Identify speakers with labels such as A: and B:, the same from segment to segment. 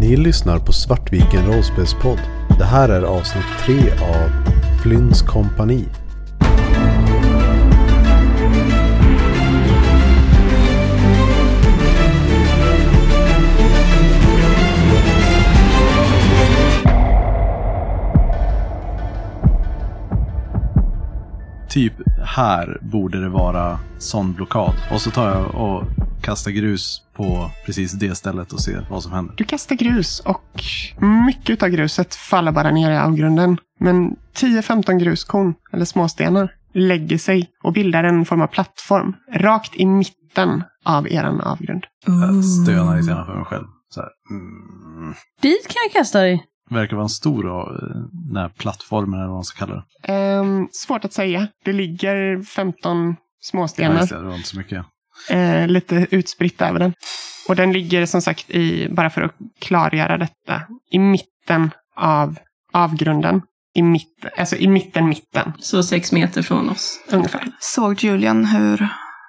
A: Ni lyssnar på Svartviken rollspelspodd. Det här är avsnitt 3 av Flynns kompani.
B: Typ här borde det vara sån blockad. Och så tar jag och kastar grus på precis det stället och ser vad som händer.
C: Du kastar grus och mycket av gruset faller bara ner i avgrunden. Men 10-15 gruskorn, eller småstenar, lägger sig och bildar en form av plattform rakt i mitten av eran avgrund.
B: Jag stönar lite grann för mig själv. Så här, mm.
D: Dit kan jag kasta dig.
B: Verkar vara en stor av den här plattformen eller vad man ska kalla det.
C: Ehm, svårt att säga. Det ligger 15
B: Nej,
C: småstenar
B: det var inte så mycket.
C: eh, lite utspritt över den. Och den ligger som sagt i, bara för att klargöra detta, i mitten av avgrunden. I mitten, alltså i mitten, mitten
E: Så sex meter från oss.
C: ungefär.
F: Såg Julian hur,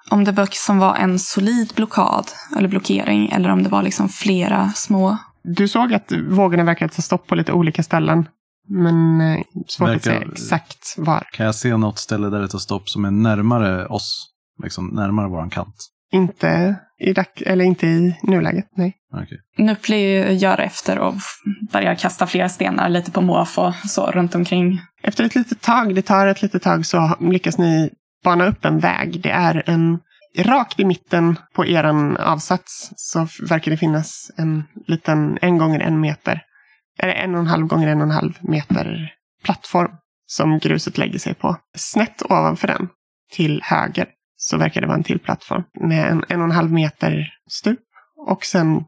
F: om det var, som var en solid blockad eller blockering eller om det var liksom flera små.
C: Du såg att vågorna verkade ta stopp på lite olika ställen. Men eh, svårt att
B: Verkar-
C: säga exakt var.
B: Kan jag se något ställe där det tar stopp som är närmare oss? Liksom närmare våran kant?
C: Inte i, dack, eller inte i nuläget, nej.
B: Okej.
F: Nupli gör efter och f- börjar kasta flera stenar lite på måfå så runt omkring.
C: Efter ett litet tag, det tar ett litet tag, så lyckas ni bana upp en väg. Det är en rakt i mitten på eran avsats så f- verkar det finnas en liten en gånger en meter, eller en och en halv gånger en och en halv meter plattform som gruset lägger sig på. Snett ovanför den, till höger, så verkar det vara en till plattform med en en och en halv meter stup och sen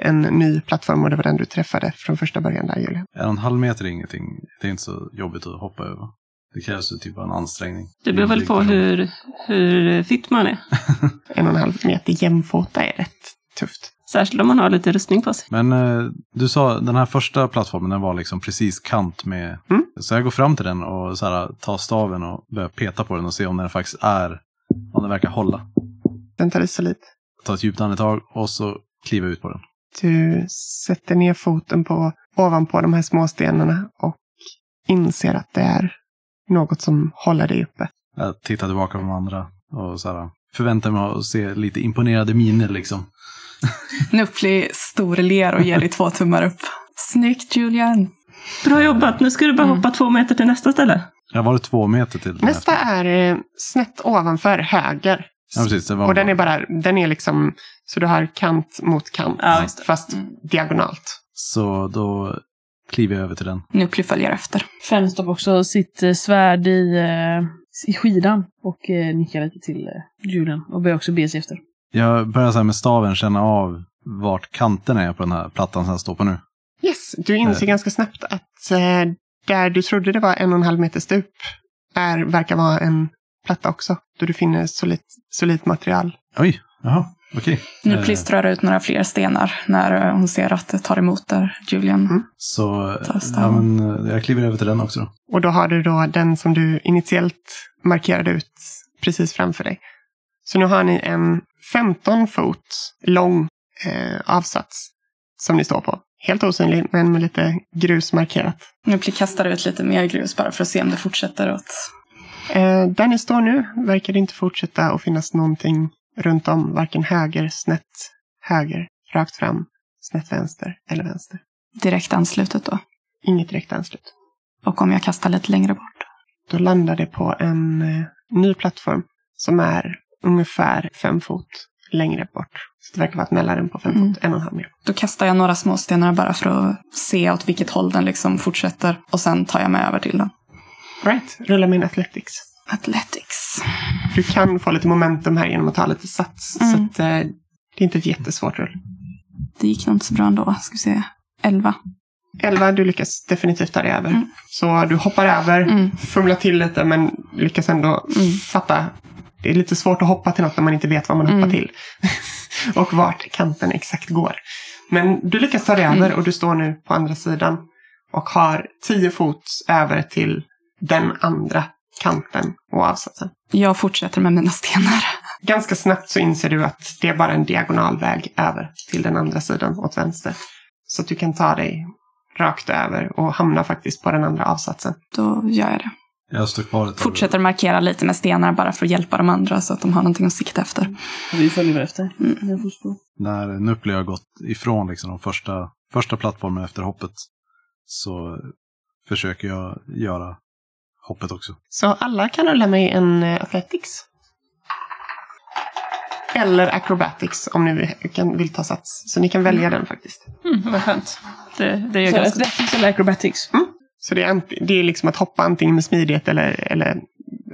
C: en ny plattform och det var den du träffade från första början där, Julia.
B: Är en halv meter är ingenting? Det är inte så jobbigt att hoppa över. Det krävs ju typ av en ansträngning.
E: Det beror väl
D: Mm.
E: på hur, hur fit man är.
C: en och en halv meter jämfota är rätt tufft.
E: Särskilt om man har lite rustning på sig.
B: Men eh, du sa den här första plattformen den var liksom precis kant med.
C: Mm.
B: Så jag går fram till den och så här, tar staven och börjar peta på den och se om den faktiskt är, om den verkar hålla.
C: Den tar i solid.
B: Ta ett djupt andetag och så kliva ut på den.
C: Du sätter ner foten på, ovanpå de här små stenarna och inser att det är något som håller dig uppe.
B: Jag tittar tillbaka på de andra och så här, förväntar mig att se lite imponerade miner liksom.
F: Nupli storler och ger dig två tummar upp. Snyggt Julian!
E: Bra jobbat, nu ska du bara
D: Mm.
E: hoppa två meter till nästa ställe.
B: Jag var det två meter till den här.
C: Nästa är eh, snett ovanför höger.
B: Ja, precis. Det var
C: Och den är bara, den är liksom, så du har kant mot kant.
E: Ja, just det. Mm.
C: Fast diagonalt.
B: Så då kliver jag över till den.
F: Nupli följer efter.
D: Fem stoppar också sitt eh, svärd i, eh, i skidan och eh, nickar lite till eh, Julian och börjar också be sig efter.
B: Jag börjar så här med staven känna av vart kanten är på den här plattan som jag står på nu.
C: Yes, du inser ganska snabbt att eh, där du trodde det var en och en halv meter stup är, verkar vara en platta också. Då du finner solid, solid material.
B: Oj, jaha, okej. Eh,
F: Nupli strör ut några fler stenar när eh, hon ser att det tar emot där Julian.
C: Mm.
B: Så eh,
F: Ta stav.
B: ja, men, eh, jag kliver över till den också. Då.
C: Och då har du då den som du initiellt markerade ut precis framför dig. Så nu har ni en 15 fot lång eh, avsats som ni står på. Helt osynlig, men med lite grus markerat.
F: Nupli kastar ut lite mer grus bara för att se om det fortsätter åt...
C: Eh, där ni står nu verkar det inte fortsätta att finnas någonting runt om. Varken höger, snett, höger, rakt fram, snett vänster eller vänster.
F: direkt anslutet då.
C: Inget direkt anslut.
F: Och om jag kastar lite längre bort.
C: Då landar det på en eh, ny plattform som är ungefär fem fot längre bort. Så det verkar vara ett mellanrum på fem
F: Mm.
C: fot, en och en halv meter.
F: Då kastar jag några småstenar bara för att se åt vilket håll den liksom fortsätter. Och sen tar jag mig över till den.
C: Right, rulla min athletics.
F: Athletics.
C: Du kan få lite momentum här genom att ta lite sats. Så
F: Mm.
C: att, eh, det är inte ett jättesvårt rull.
F: Det gick nog inte så bra ändå. Ska vi se. 11.
C: 11, du lyckas definitivt ta dig över.
F: Mm.
C: Så du hoppar över,
F: Mm.
C: fumlar till lite men lyckas ändå
F: Mm.
C: fatta. Det är lite svårt att hoppa till något när man inte vet vad man hoppar
F: Mm.
C: till. och vart kanten exakt går. Men du lyckas ta dig
F: Mm.
C: över och du står nu på andra sidan. Och har 10 fot över till den andra kanten och avsatsen.
F: Jag fortsätter med mina stenar.
C: Ganska snabbt så inser du att det är bara en diagonal väg över till den andra sidan åt vänster. Så att du kan ta dig rakt över och hamna faktiskt på den andra avsatsen.
F: Då gör jag det.
B: Jag står kvar ett tag.
F: Fortsätter markera lite med stenar bara för att hjälpa de andra så att de har någonting att sikta efter.
D: Vi följer väl efter.
F: Mm.
D: Jag får stå.
B: När Nucleo har gått ifrån liksom, de första, första plattformen efter hoppet så försöker jag göra hoppet också.
C: Så alla kan rulla mig en eh, Athletics. Eller Acrobatics om ni vill- kan, vill ta sats. Så ni kan välja den faktiskt.
E: Mm, vad skönt. Det, det gör
D: Så
E: ganska
D: athletics eller acrobatics?
C: Så det är, ant- det är liksom att hoppa antingen med smidighet eller, eller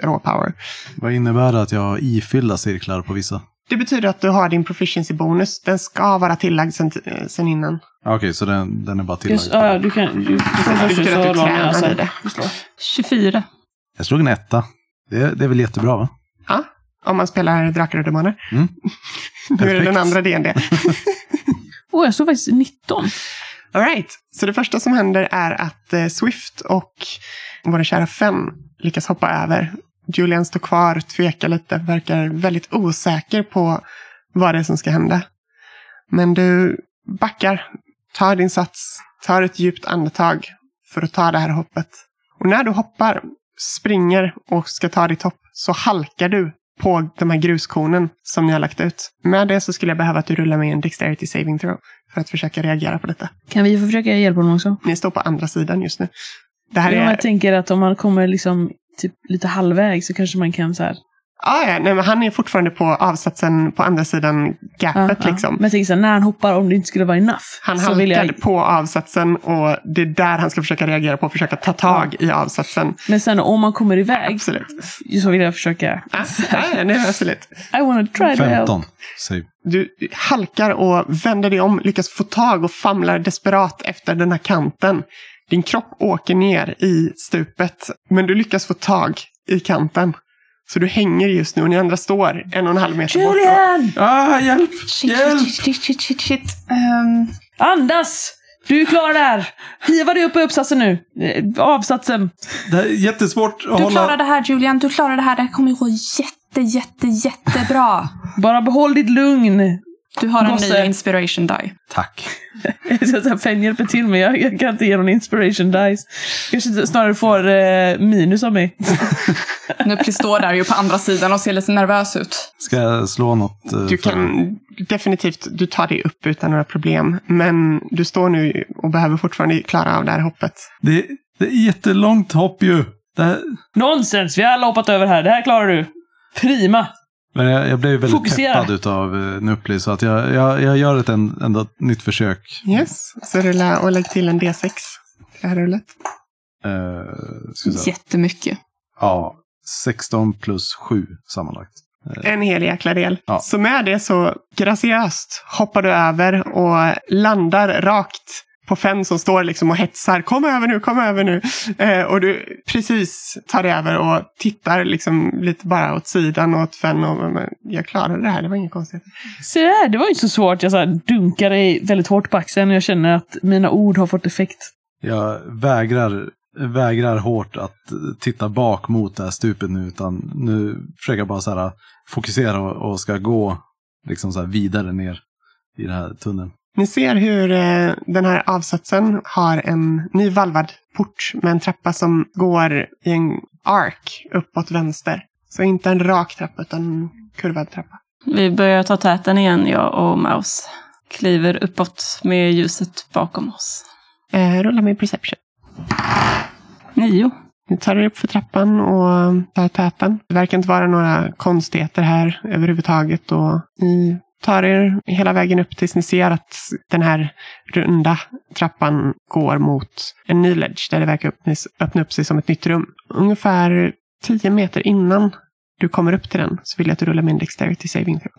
C: raw power.
B: Vad innebär det att jag har ifyllda cirklar på vissa?
C: Det betyder att du har din proficiency-bonus. Den ska vara tillagd sen, eh, sen innan.
B: Ah, Okej, så den, den är bara tillagd.
D: Just, ja, ja, du kan... typ Du, du,
C: Sen så
D: du,
C: ska du att du tränar i det.
D: du slår.
E: 24.
B: Jag slog en etta. Det, det är väl jättebra va?
C: Om man spelar Drakar och Demoner.
B: Mm.
C: nu är det den
B: Perfekt.
C: andra D&D.
D: Åh, jag såg faktiskt 19.
C: All right. Så det första som händer är att eh, Swift och vår kära Fenn lyckas hoppa över. Julian står kvar, tvekar lite, verkar väldigt osäker på vad det är som ska hända. Men du backar, tar din sats, tar ett djupt andetag för att ta det här hoppet. Och när du hoppar, springer och ska ta ditt hopp så halkar du på de här gruskornen som ni har lagt ut. Med det så skulle jag behöva att du rullar med en Dexterity Saving Throw för att försöka reagera på detta.
D: Kan vi få försöka hjälpa honom också?
C: Ni står på andra sidan just nu. Det här
D: Ja,
C: är...
D: jag tänker att om man kommer liksom typ lite halvväg så kanske man kan så här...
C: Ah, ja, nej, men han är fortfarande på avsatsen på andra sidan gapet
D: Ja, ja.
C: liksom.
D: Men jag tänker så här, när han hoppar, om det inte skulle vara enough.
C: Han
D: så vill
C: halkade
D: jag...
C: på avsatsen och det är där han ska försöka reagera på, försöka ta tag i avsatsen.
D: Men sen om man kommer iväg
C: Absolut.
D: så vill jag försöka...
C: Ah, ah, ja, nej, men absolut.
D: I wanna try to help.
B: 15. Säg.
C: Du halkar och vänder dig om, lyckas få tag och famlar desperat efter den här kanten. Din kropp åker ner i stupet, men du lyckas få tag i kanten. Så du hänger just nu och ni andra står en och en halv meter bort.
D: Julian!
B: Ah, hjälp!
F: Shit,
B: Hjälp!
F: shit, shit, shit, shit, shit. Ehm,
D: Andas! Du klarar det här! Hiva dig upp i uppsatsen nu. Eh, Avsatsen.
B: Det här är jättesvårt att
F: du
B: hålla...
F: klarar det här Julian, du klarar det här. Det här kommer gå jätte, jätte, jättebra.
D: Bara behåll ditt lugn.
F: Du har en
D: Gosse.
F: ny inspiration die.
B: Tack.
D: Jag ska säga, Fenn hjälper till men jag, jag kan inte ge någon inspiration dice. Kanske snarare får eh, minus av mig.
F: Nu står där ju på andra sidan och ser lite nervös ut.
B: Ska jag slå något? eh,
C: Du
B: för-
C: kan definitivt, du tar dig upp utan några problem. Men du står nu och behöver fortfarande klara av det här hoppet.
B: Det, det är jättelångt hopp ju. Det här...
D: Nonsens! Vi har alla hoppat över här. Det här klarar du. Prima!
B: Men jag, jag blev ju väldigt
D: Fokusera.
B: peppad utav uh, Nupli så att jag, jag, jag gör ett en, ändå nytt försök.
C: Yes, så rulla och lägg till en D6. till Det här rullet.
B: Uh, ska vi säga.
F: Jättemycket.
B: Ja, 16 plus 7 sammanlagt.
C: En hel jäkla del.
B: Ja.
C: Så med det så graciöst hoppar du över och landar rakt på Fenn som står liksom och hetsar. Kom över nu, kom över nu. Eh, och du precis tar dig över och tittar liksom lite bara åt sidan och åt Fenn. Och, men, jag klarade det här, det var inget konstigt.
D: Se där, det var ju inte så svårt. Jag så här, dunkar dig väldigt hårt på axeln och jag känner att mina ord har fått effekt.
B: Jag vägrar, vägrar hårt att eh, titta bak mot det här stupet nu utan nu försöker jag bara så här, eh, fokusera och, och ska gå liksom så här vidare ner i den här tunneln.
C: Ni ser hur eh, den här avsatsen har en nyvalvad port med en trappa som går i en ark uppåt vänster. Så inte en rak trappa utan en kurvad trappa.
E: Vi börjar ta täten igen, jag och Maus. Kliver uppåt med ljuset bakom oss.
C: Eh, rulla med perception.
E: Nio.
C: Ni tar er upp för trappan och tar täten. Det verkar inte vara några konstigheter här överhuvudtaget. Och ni tar er hela vägen upp tills ni ser att den här runda trappan går mot en ny ledge där det verkar öppnis- öppna upp sig som ett nytt rum. Ungefär 10 meter innan du kommer upp till den så vill jag att du rullar min dexterity saving throw.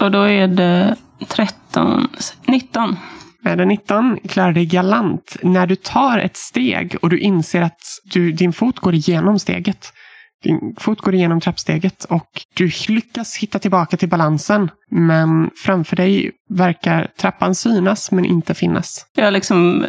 E: Och då är det 13, 19.
C: Med en 19 klarar dig galant. När du tar ett steg och du inser att du, din fot går igenom steget. Din fot går igenom trappsteget och du lyckas hitta tillbaka till balansen. Men framför dig verkar trappan synas men inte finnas.
E: Jag liksom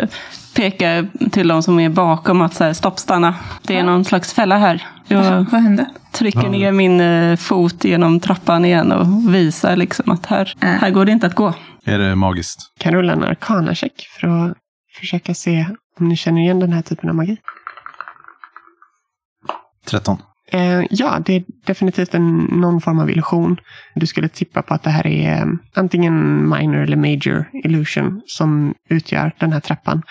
E: pekar till de som är bakom att så här, stopp, stanna. Det är någon slags fälla här. Jag
F: Vad hände?
E: trycker ner
F: Äh.
E: min eh, fot genom trappan igen och visar liksom att här, här går det inte att gå.
B: Är det magiskt?
C: kan rulla en arkana-check för att försöka se om ni känner igen den här typen av magi.
B: 13.
C: Eh, ja, det är definitivt en, någon form av illusion. Du skulle tippa på att det här är eh, antingen minor eller major illusion som utgör den här trappan.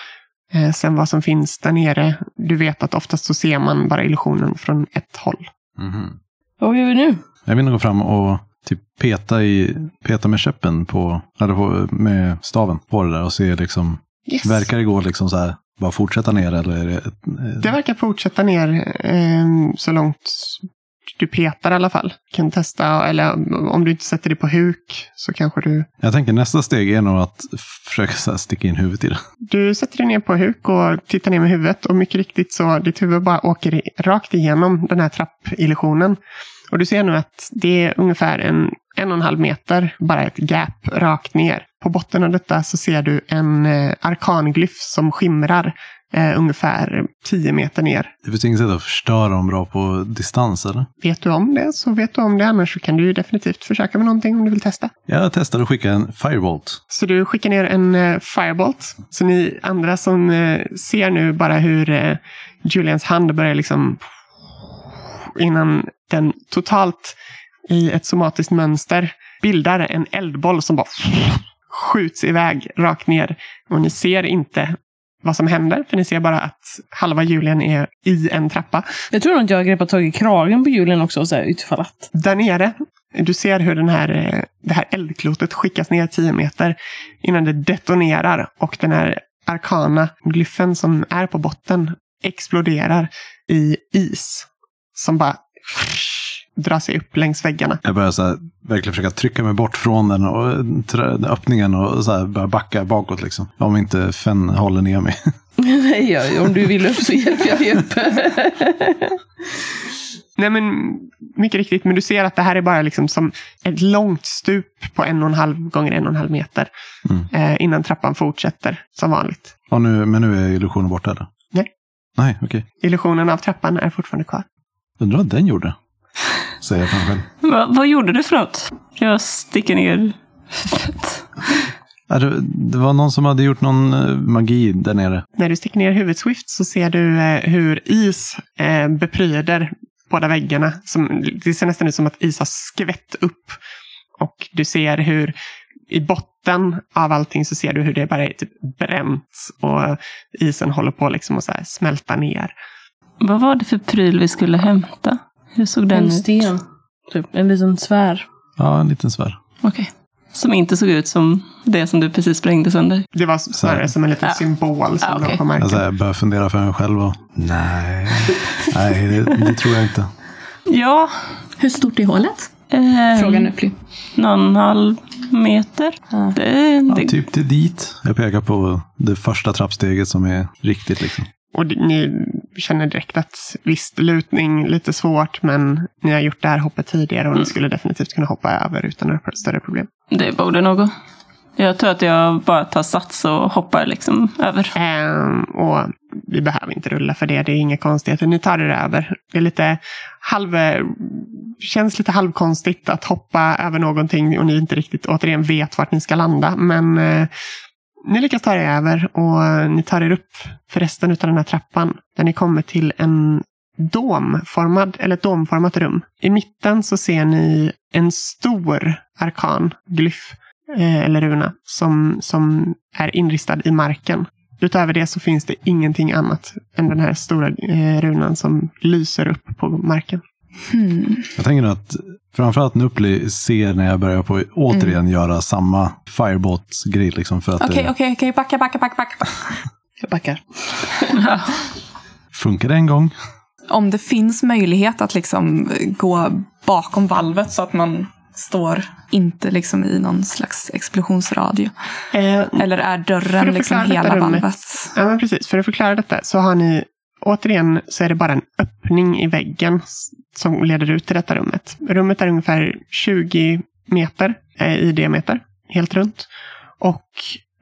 C: Eh, sen vad som finns där nere, du vet att oftast så ser man bara illusionen från ett håll.
B: Mhm.
D: Vad gör vi nu?
B: Jag vill nog gå fram och typ peta, i, peta med käppen på, eller på, med staven på det där och se liksom,
C: Yes.
B: verkar det gå liksom så här, bara fortsätta ner eller är det ett, eh,
C: Det verkar fortsätta ner eh, så långt du petar i alla fall. Kan testa, eller om du inte sätter det på huk så kanske du...
B: Jag tänker nästa steg är nog att försöka så här sticka in huvudet i det.
C: Du sätter dig ner på huk och tittar ner med huvudet och mycket riktigt så ditt huvud bara åker i- rakt igenom den här trappillusionen. Och du ser nu att det är ungefär en en och en halv meter, bara ett gap rakt ner. På botten av detta så ser du en eh, arkanglyf som skimrar eh, ungefär 10 meter ner.
B: Det finns inget sätt att förstöra dem bra på distans eller?
C: Vet du om det så vet du om det, annars så kan du ju definitivt försöka med någonting om du vill testa.
B: Jag testade att skicka en firebolt.
C: Så du skickar ner en eh, firebolt. Så ni andra som eh, ser nu bara hur eh, Julians hand börjar liksom innan den totalt i ett somatiskt mönster bildar en eldboll som bara skjuts iväg rakt ner. Och ni ser inte vad som händer, för ni ser bara att halva Julian är i en trappa.
D: Jag tror nog att jag har greppat tag i kragen på julen också och så här utfallat.
C: Där nere, du ser hur den här, eh, det här eldklotet skickas ner 10 meter innan det detonerar och den här arkana glyfen som är på botten exploderar i is som bara drar sig upp längs väggarna.
B: Jag började så här, verkligen försöka trycka mig bort från den och trä- öppningen och så här, börja backa bakåt liksom. Om inte Fenn håller ner mig.
D: Nej, jag, om du vill upp så hjälper jag dig upp.
C: Nej men mycket riktigt, men du ser att det här är bara liksom som ett långt stup på en och en halv gånger en och en halv meter
B: Mm.
C: eh, innan trappan fortsätter som vanligt.
B: Och nu, men nu är illusionen borta eller?
C: Nej.
B: Nej, okej.
C: Illusionen av trappan är fortfarande kvar.
B: Undrar vad den gjorde? Säger jag för mig själv.
E: Va, vad gjorde du för något? Jag sticker ner huvudet.
B: Ja, Det, det var någon som hade gjort någon eh, magi där nere.
C: När du sticker ner huvudet swift så ser du eh, hur is eh, bepryder båda väggarna. Som, det ser nästan ut som att is har skvätt upp. Och du ser hur i botten av allting så ser du hur det bara är typ bränt och isen håller på liksom att så här smälta ner.
E: Vad var det för pryl vi skulle hämta? Hur såg den
D: En
E: ut?
D: sten. Typ en liten svär.
B: Ja, en liten svär.
E: Okej. Som inte såg ut som det som du precis sprängde sönder.
C: Det var snarare
B: här. Alltså-
C: som en liten
E: Ja.
C: symbol som
E: Ja,
C: låg
E: okej.
C: på marken.
B: Jag så här, började fundera för mig själv och nej, nej det, det tror jag inte.
E: Ja.
F: Hur stort är hålet?
E: ehm,
D: Mm.
F: Frågar Nupli.
E: Någon halv meter.
F: Ja.
E: Det,
B: Ja,
E: det,
B: typ till dit. Jag pekar på det första trappsteget som är riktigt liksom.
C: Och d- ni känner direkt att visst, lutning lite svårt men ni har gjort det här hoppet tidigare
E: Mm.
C: och ni skulle definitivt kunna hoppa över utan några större problem.
E: det borde något. Jag tror att jag bara tar sats och hoppar liksom över.
C: Ehm, och vi behöver inte rulla för det, det är inga konstigheter. Ni tar er över. Det är lite halv... känns lite halvkonstigt att hoppa över någonting och ni inte riktigt återigen vet vart ni ska landa. Men eh, ni lyckas ta er över och ni tar er upp för resten av den här trappan. Där ni kommer till en domformad, eller ett domformat rum. I mitten så ser ni en stor arkan, glyf eh, eller runa, som, som är inristad i marken. Utöver det så finns det ingenting annat än den här stora eh, runan som lyser upp på marken.
F: Hmm.
B: Jag tänker att framförallt Nupli ser när jag börjar på att återigen göra samma firebolt-grej. Liksom för att
F: Okej,
B: det
F: okej, okej. Backa, backa, backa, backa.
D: Jag backar.
B: funkade en gång.
F: Om det finns möjlighet att liksom gå bakom valvet så att man står inte liksom i någon slags explosionsradie.
C: Eh,
F: Eller är
C: För
F: dörren
C: att
F: liksom
C: förklara detta
F: hela
C: rummet.
F: valvet?
C: ja, men precis. För att förklara detta så har ni återigen så är det bara en öppning i väggen s- som leder ut till detta rummet. Rummet är ungefär 20 meter eh, i diameter, helt runt. Och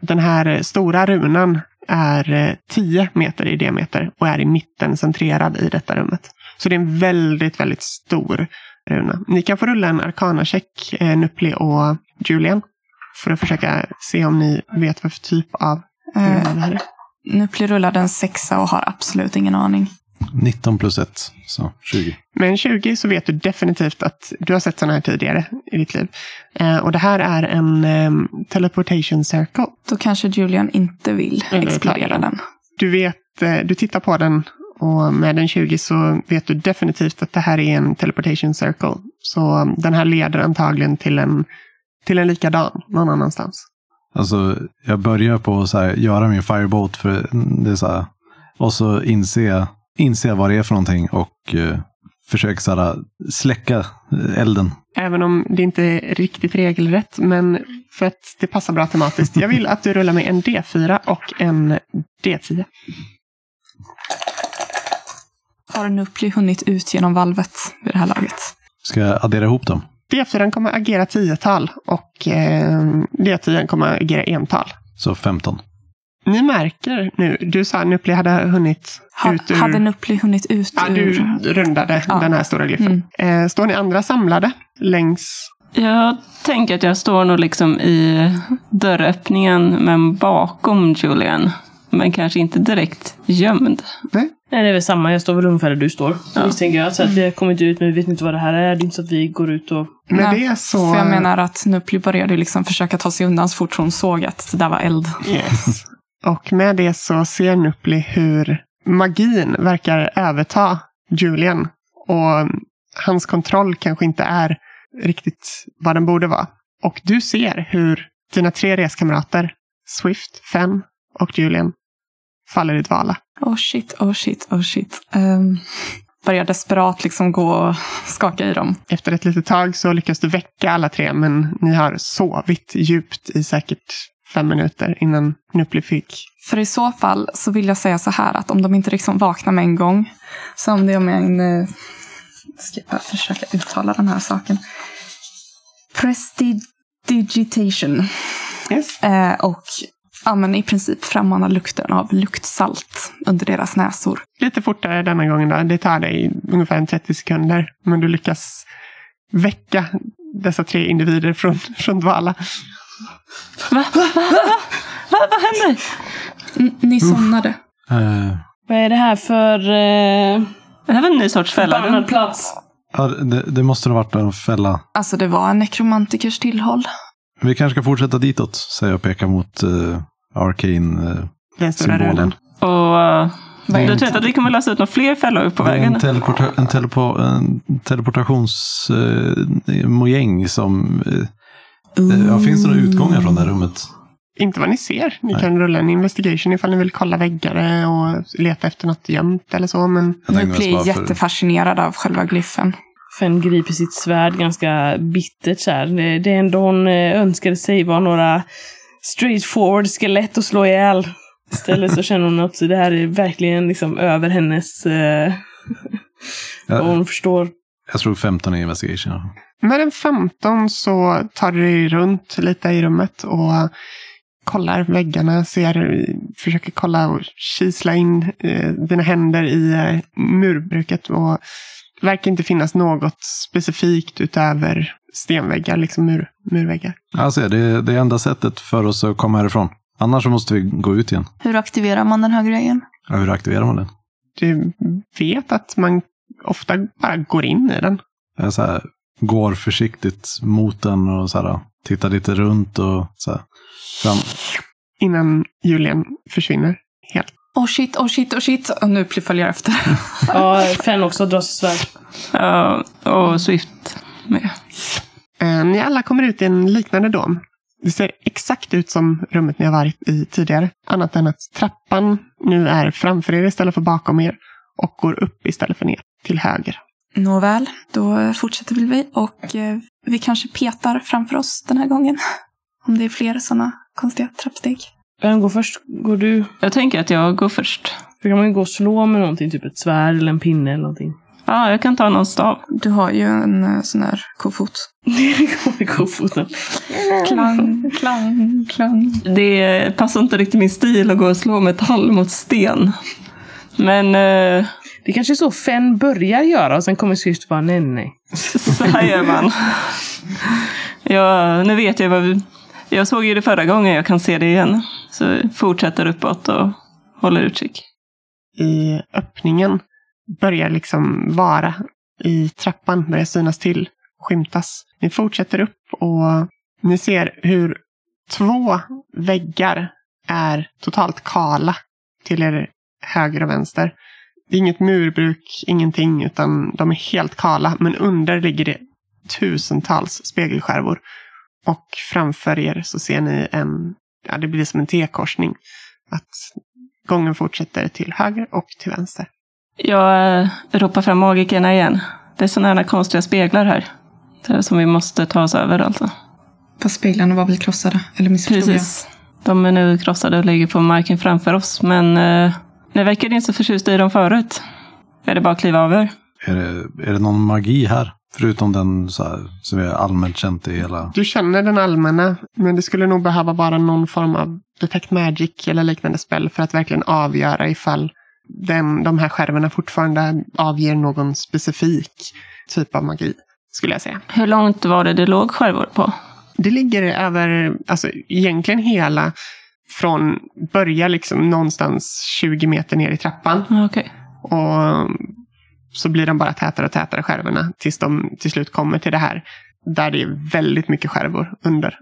C: den här eh, stora runan är eh, 10 meter i diameter och är i mitten centrerad i detta rummet. Så det är en väldigt, väldigt stor runa. Ni kan få rulla en arkana-check, eh, Nupli och Julian. För att försöka se om ni vet vad för typ av
F: Eh,
C: rullar det här är.
F: nu blir rullad en sexa och har absolut ingen aning.
B: 19 plus 1, så 20.
C: Men 20 så vet du definitivt att du har sett sådana här tidigare i ditt liv. Eh, och det här är en ehm, teleportation circle.
F: Då kanske Julian inte vill
C: Eller
F: explodera
C: planera.
F: den.
C: Du vet, eh, du tittar på den och med den 20 så vet du definitivt att det här är en teleportation circle. Så eh, den här leder antagligen till en, till en likadan någon annanstans.
B: Alltså, jag börjar på att så här, göra min firebolt för det är så här, och så inse, inse vad det är för någonting och eh, försöka så här, släcka eh, elden.
C: Även om det inte är riktigt regelrätt, men för att det passar bra tematiskt. Jag vill att du rullar med en D4 och en D10.
F: Har den nu hunnit ut genom valvet vid det här laget?
B: Ska jag addera ihop dem?
C: D4 kommer agera tiotal och eh, D10 kommer agera ental.
B: Så 15.
C: Ni märker nu, du sa att Nupli hade hunnit
F: Ha,
C: ut ur...
F: Hade Nuppli hunnit ut
C: ja, du
F: ur...
C: rundade
F: Ja. Mm.
C: den här stora glyfen. Eh, står ni andra samlade längs...
E: Jag tänker att jag står nog liksom i dörröppningen, men bakom Julian. Men kanske inte direkt gömd.
D: Nej, det är väl samma. Jag står väl ungefär där du står. Ja. Mm. Misstänker jag. Så att vi har kommit ut, men vi vet inte vad det här är. Det är inte så att vi går ut och...
C: Med
F: Nej,
C: det så...
F: För jag menar att Nuppli började ju liksom försöka ta sig undan så fort hon såg att det där var eld.
C: Yes. Och med det så ser Nupli hur magin verkar överta Julian. Och hans kontroll kanske inte är riktigt vad den borde vara. Och du ser hur dina tre reskamrater, Swift, Fenn och Julian, faller i dvala.
F: Oh shit, oh shit, oh shit. Um, börjar desperat liksom gå och skaka i dem.
C: Efter ett litet tag så lyckas du väcka alla tre, men ni har sovit djupt i säkert fem minuter innan Nupli fick.
F: För i så fall så vill jag säga så här att om de inte liksom vaknar med en gång, som det är med en... eh, Ska jag bara försöka uttala den här saken. Prestidigitation.
C: Yes.
F: Eh, och ja, men i princip frammana lukten av luktsalt under deras näsor.
C: Lite fortare denna gången då. Det tar dig ungefär en 30 sekunder, men du lyckas väcka dessa tre individer från, från dvala.
E: Va? Va? Va? Va? Vad händer?
F: N- ni somnade.
B: Eh,
D: Vad är det här för... Eh,
E: Det här var en ny sorts fälla.
D: förbannad
E: Den-
D: plats?
B: ja, det, det måste ha varit en fälla.
F: Alltså det var en nekromantikers tillhåll.
B: Vi kanske ska fortsätta ditåt, säger jag och pekar mot eh, uh, Arcane-symbolen.
C: Den stora röden.
E: Och, eh,
F: är
E: du
F: det?
E: tror inte att vi kommer lösa ut några fler fällor på
B: Det är
E: vägen?
B: En, teleporta- en, telepo- en teleportationsmojäng som... eh, ja, finns det några utgångar från det här rummet?
C: Inte vad ni ser. Ni
B: Nej.
C: kan rulla en investigation ifall ni vill kolla väggar och leta efter något gömt eller så. Men
B: Jag tänker
F: Nu
B: mest
F: blir jag
B: bara för-
F: jättefascinerad av själva glyffen.
D: Fenn griper sitt svärd ganska bittert så här. Det, det enda hon eh, önskade sig var några straightforward skelett att slå ihjäl. Istället så känner hon att det här är verkligen liksom över hennes... Eh, vad
B: jag,
D: hon förstår.
B: jag slog 15 i investigation.
C: Med en 15 så tar du dig runt lite i rummet och kollar väggarna, ser, försöker kolla och kisla in eh, dina händer i eh, murbruket. Och det verkar inte finnas något specifikt utöver stenväggar, liksom mur, murväggar.
B: Alltså, det, är- det är enda sättet för oss att komma härifrån. Annars så måste vi gå ut igen.
F: Hur aktiverar man den här grejen?
B: Ja, Hur aktiverar man den?
C: Du vet att man ofta bara går in i den.
B: Jag så här, går försiktigt mot den och så här, tittar lite runt och så här, fram.
C: Innan Julian försvinner helt.
F: Oh shit, oh shit, oh shit. Och nu följer jag efter.
D: Ja, Fenn också drar sitt svärd.
E: Ja, och Swift med.
C: Eh, Ni alla kommer ut i en liknande dom. Det ser exakt ut som rummet ni har varit i tidigare. Annat än att trappan nu är framför er istället för bakom er. Och går upp istället för ner, till höger.
F: Nåväl, då fortsätter väl vi och eh, vi kanske petar framför oss den här gången. Om det är fler sådana konstiga trappsteg.
D: Vem går först? Går du?
E: Jag tänker att jag går först.
D: Då kan man ju gå och slå med någonting, typ ett svärd eller en pinne eller någonting.
E: Ja, jag kan ta någon stav.
F: Du har ju en eh, sån där kofot.
D: Det kommer kofoten.
F: Klang, klang, klang.
E: Det passar inte riktigt min stil att gå och slå metall mot sten. Men eh,
D: Det kanske är så Fenn börjar göra och sen kommer Swift bara nej, nej.
E: så här gör man. Ja, nu vet jag vad vi... Jag såg ju det förra gången, jag kan se det igen. Så vi fortsätter uppåt och håller utkik.
C: i öppningen börjar liksom vara i trappan, börjar synas till, skymtas. Ni fortsätter upp och ni ser hur två väggar är totalt kala till er höger och vänster. Det är inget murbruk, ingenting, utan de är helt kala. Men under ligger det tusentals spegelskärvor. Och framför er så ser ni en, ja det blir som en T-korsning. Att Gången fortsätter till höger och till vänster.
E: Jag eh, ropar fram magikerna igen. Det är sådana här konstiga speglar här. Det är som vi måste ta oss över alltså.
F: Fast speglarna var väl krossade? Eller missförstod
E: Precis. De är nu krossade och ligger på marken framför oss. Men eh, ni verkade inte så förtjusta i dem förut. Är det bara att kliva över?
B: Är det, är det någon magi här? Förutom den så här, som är allmänt känt i hela...
C: Du känner den allmänna, men det skulle nog behöva vara någon form av detect magic eller liknande spel för att verkligen avgöra ifall den, de här skärvorna fortfarande avger någon specifik typ av magi, skulle jag säga.
E: Hur långt var det det låg skärvor på?
C: Det ligger över, alltså egentligen hela, från börja liksom någonstans 20 meter ner i trappan
E: Okej.
C: Och um, så blir de bara tätare och tätare skärvorna tills de till slut kommer till det här. Där det är väldigt mycket skärvor under.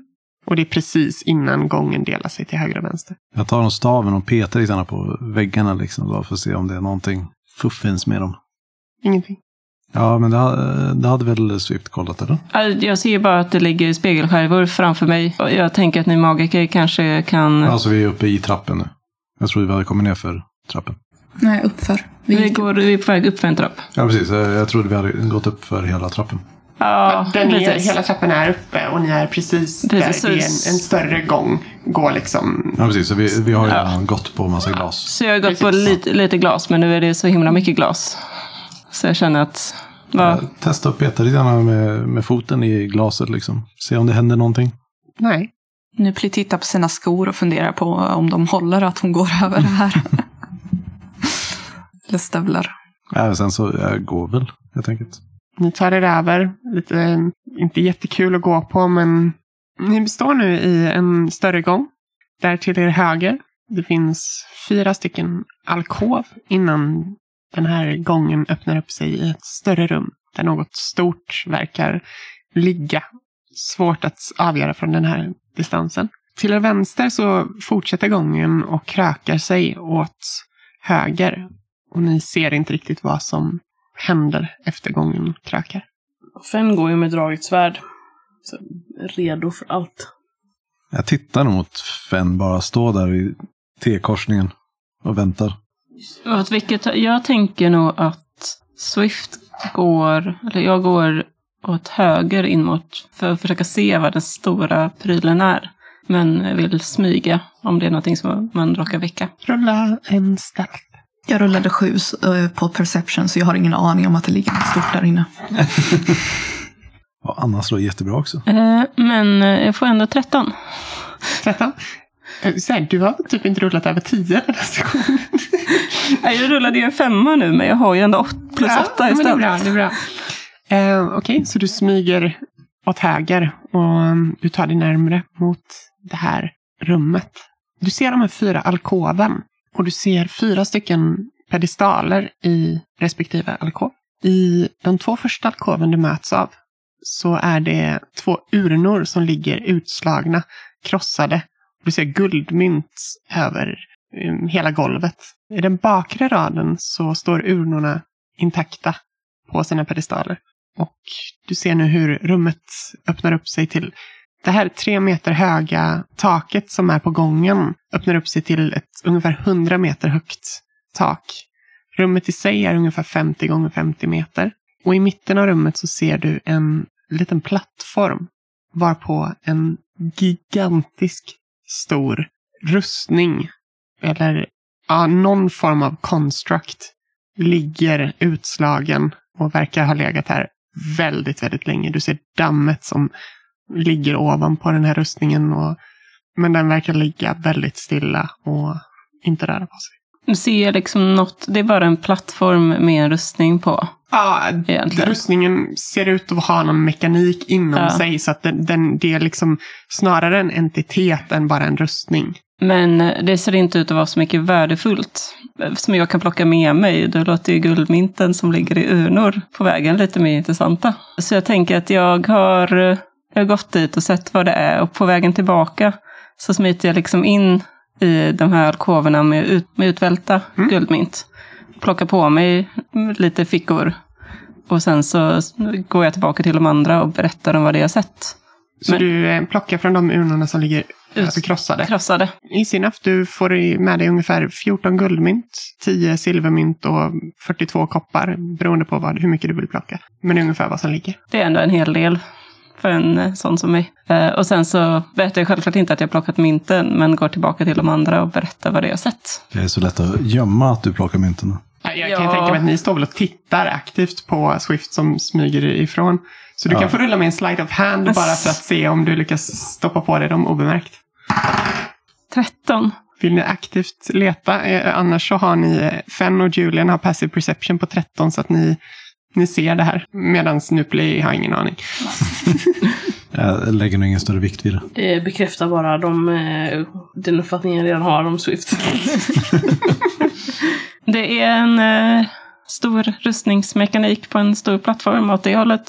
C: Och det är precis innan gången delar sig till höger och vänster.
B: Jag tar en staven och petar lite grann på väggarna liksom då, för att se om det är någonting fuffens med dem.
C: Ingenting.
B: Ja, men det, ha- det hade väl Swift kollat eller?
E: Alltså, Jag ser ju bara att det ligger spegelskärvor framför mig. Och Jag tänker att ni magiker kanske kan...
B: Alltså vi är uppe i trappen nu. Jag tror vi hade kommit ner för trappen.
F: jag? Nej, uppför. Vi
E: vi,
F: gick
E: går, vi är på väg upp för en trapp.
B: Ja, precis. Jag, jag trodde vi hade gått upp för hela trappen.
E: Ja,
C: Den är,
E: precis.
C: hela trappan är uppe och ni är precis
E: Precis,
C: där. Det är
E: så-
C: en, en större gång. Går liksom.
B: Ja, precis. Så vi, vi har ju redan gått på massa glas.
E: Så jag har gått på
C: Precis.
E: lite, lite glas, men nu är det så himla mycket glas. Så jag känner att... Va?
B: Jag testar att peta lite grann med, med foten i glaset liksom. Se om det händer någonting.
C: Nej.
F: Nupli tittar på sina skor och funderar på om de håller att hon går över det här. Eller stövlar.
B: Ja, men sen så jag går väl helt enkelt.
C: Ni tar er över. Lite, eh, inte jättekul att gå på men ni står nu i en större gång. Där till er höger. Det finns fyra stycken alkov innan den här gången öppnar upp sig i ett större rum. Där något stort verkar ligga. Svårt att avgöra från den här distansen. Till er vänster så fortsätter gången och krökar sig åt höger. Och ni ser inte riktigt vad som händer efter gången krökar.
D: Fenn går ju med draget svärd. Så, redo för allt.
B: Jag tittar nog mot Fenn bara stå där i T-korsningen och väntar.
E: Åt vilket, jag tänker nog att Swift går, eller jag går åt höger in mot, för att försöka se vad den stora prylen är. Men vill smyga om det är någonting som man råkar väcka.
C: Rulla en stealth.
F: Jag rullade sju eh, på perception så jag har ingen aning om att det ligger något stort där inne.
B: Ja, Anna slår jättebra också.
E: Eh, Men eh, jag får ändå 13.
C: 13. Eh, Så här, du har typ inte rullat över 10 den här sessionen.
E: Nej, Jag rullade ju en femma nu, men jag har ju ändå åt, plus
C: Ja,
E: åtta
C: men
E: istället.
C: Det är bra, det är bra. Eh, Okej, så du smyger åt höger och mm, du tar dig närmre mot det här rummet. Du ser de här fyra alkoven och du ser fyra stycken pedestaler i respektive alkov. I de två första alkoven du möts av så är det två urnor som ligger utslagna, krossade. Du ser guldmynt över mm, hela golvet. I den bakre raden så står urnorna intakta på sina pedestaler. Och du ser nu hur rummet öppnar upp sig till det här tre meter höga taket som är på gången öppnar upp sig till ett ungefär 100 meter högt tak. Rummet i sig är ungefär 50 gånger 50 meter. Och i mitten av rummet så ser du en liten plattform varpå en gigantisk stor rustning eller ja, någon form av construct ligger utslagen och verkar ha legat här väldigt, väldigt länge. Du ser dammet som ligger ovanpå den här rustningen. Och, men den verkar ligga väldigt stilla och inte röra på sig.
E: Nu ser jag liksom något, det är bara en plattform med en rustning på.
C: Ja,
E: Egentligen.
C: rustningen ser ut att ha någon mekanik inom
E: Ja.
C: sig. Så att den, den, det är liksom snarare en entitet än bara en rustning.
E: Men eh, det ser inte ut att vara så mycket värdefullt eh, som jag kan plocka med mig. Då låter ju guldmynten som ligger i urnor på vägen lite mer intressanta. Så jag tänker att jag har, eh, jag har gått dit och sett vad det är och på vägen tillbaka så smiter jag liksom in i de här alkoverna med, ut, med utvälta guldmynt. Plockar på mig mm, lite fickor och sen så s- går jag tillbaka till de andra och berättar om vad det är jag sett.
C: Så
E: Men-
C: du eh, plockar från de urnorna som ligger
E: Ut-
C: alltså, krossade.
E: Krossade.
C: Easy enough, du får i- med dig ungefär 14 guldmynt, 10 silvermynt och 42 koppar. Beroende på vad, hur mycket du vill plocka. Men det är ungefär vad som ligger.
E: Det är ändå en hel del för en eh, sån som mig. Eh, och sen så berättar jag självklart inte att jag plockat mynten, men går tillbaka till de andra och berättar vad det är jag sett.
B: Det är så lätt att gömma att du plockar mynten.
C: Ja, Jag
E: Ja.
C: kan ju tänka mig att ni står väl och tittar aktivt på Swift som smyger ifrån. Så du
B: Ja.
C: kan få rulla med en slide of hand
E: Yes.
C: bara för att se om du lyckas stoppa på dig dem obemärkt.
E: 13.
C: Vill ni aktivt leta? Eh, Annars så har ni eh, Fenn och Julian har passive perception på 13 så att ni, ni ser det här. Medan Nupley har ingen aning.
B: Jag lägger nog ingen större vikt vid det.
D: Eh, bekräftar bara de, eh, den uppfattningen jag redan har om Swift.
E: Det är en eh, stor rustningsmekanik på en stor plattform åt det hållet.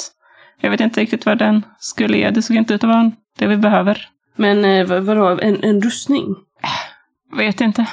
E: Jag vet inte riktigt vad den skulle ge. Det såg inte ut att vara en- det vi behöver.
D: Men eh, vad- vadå, en, en rustning?
E: Vet inte.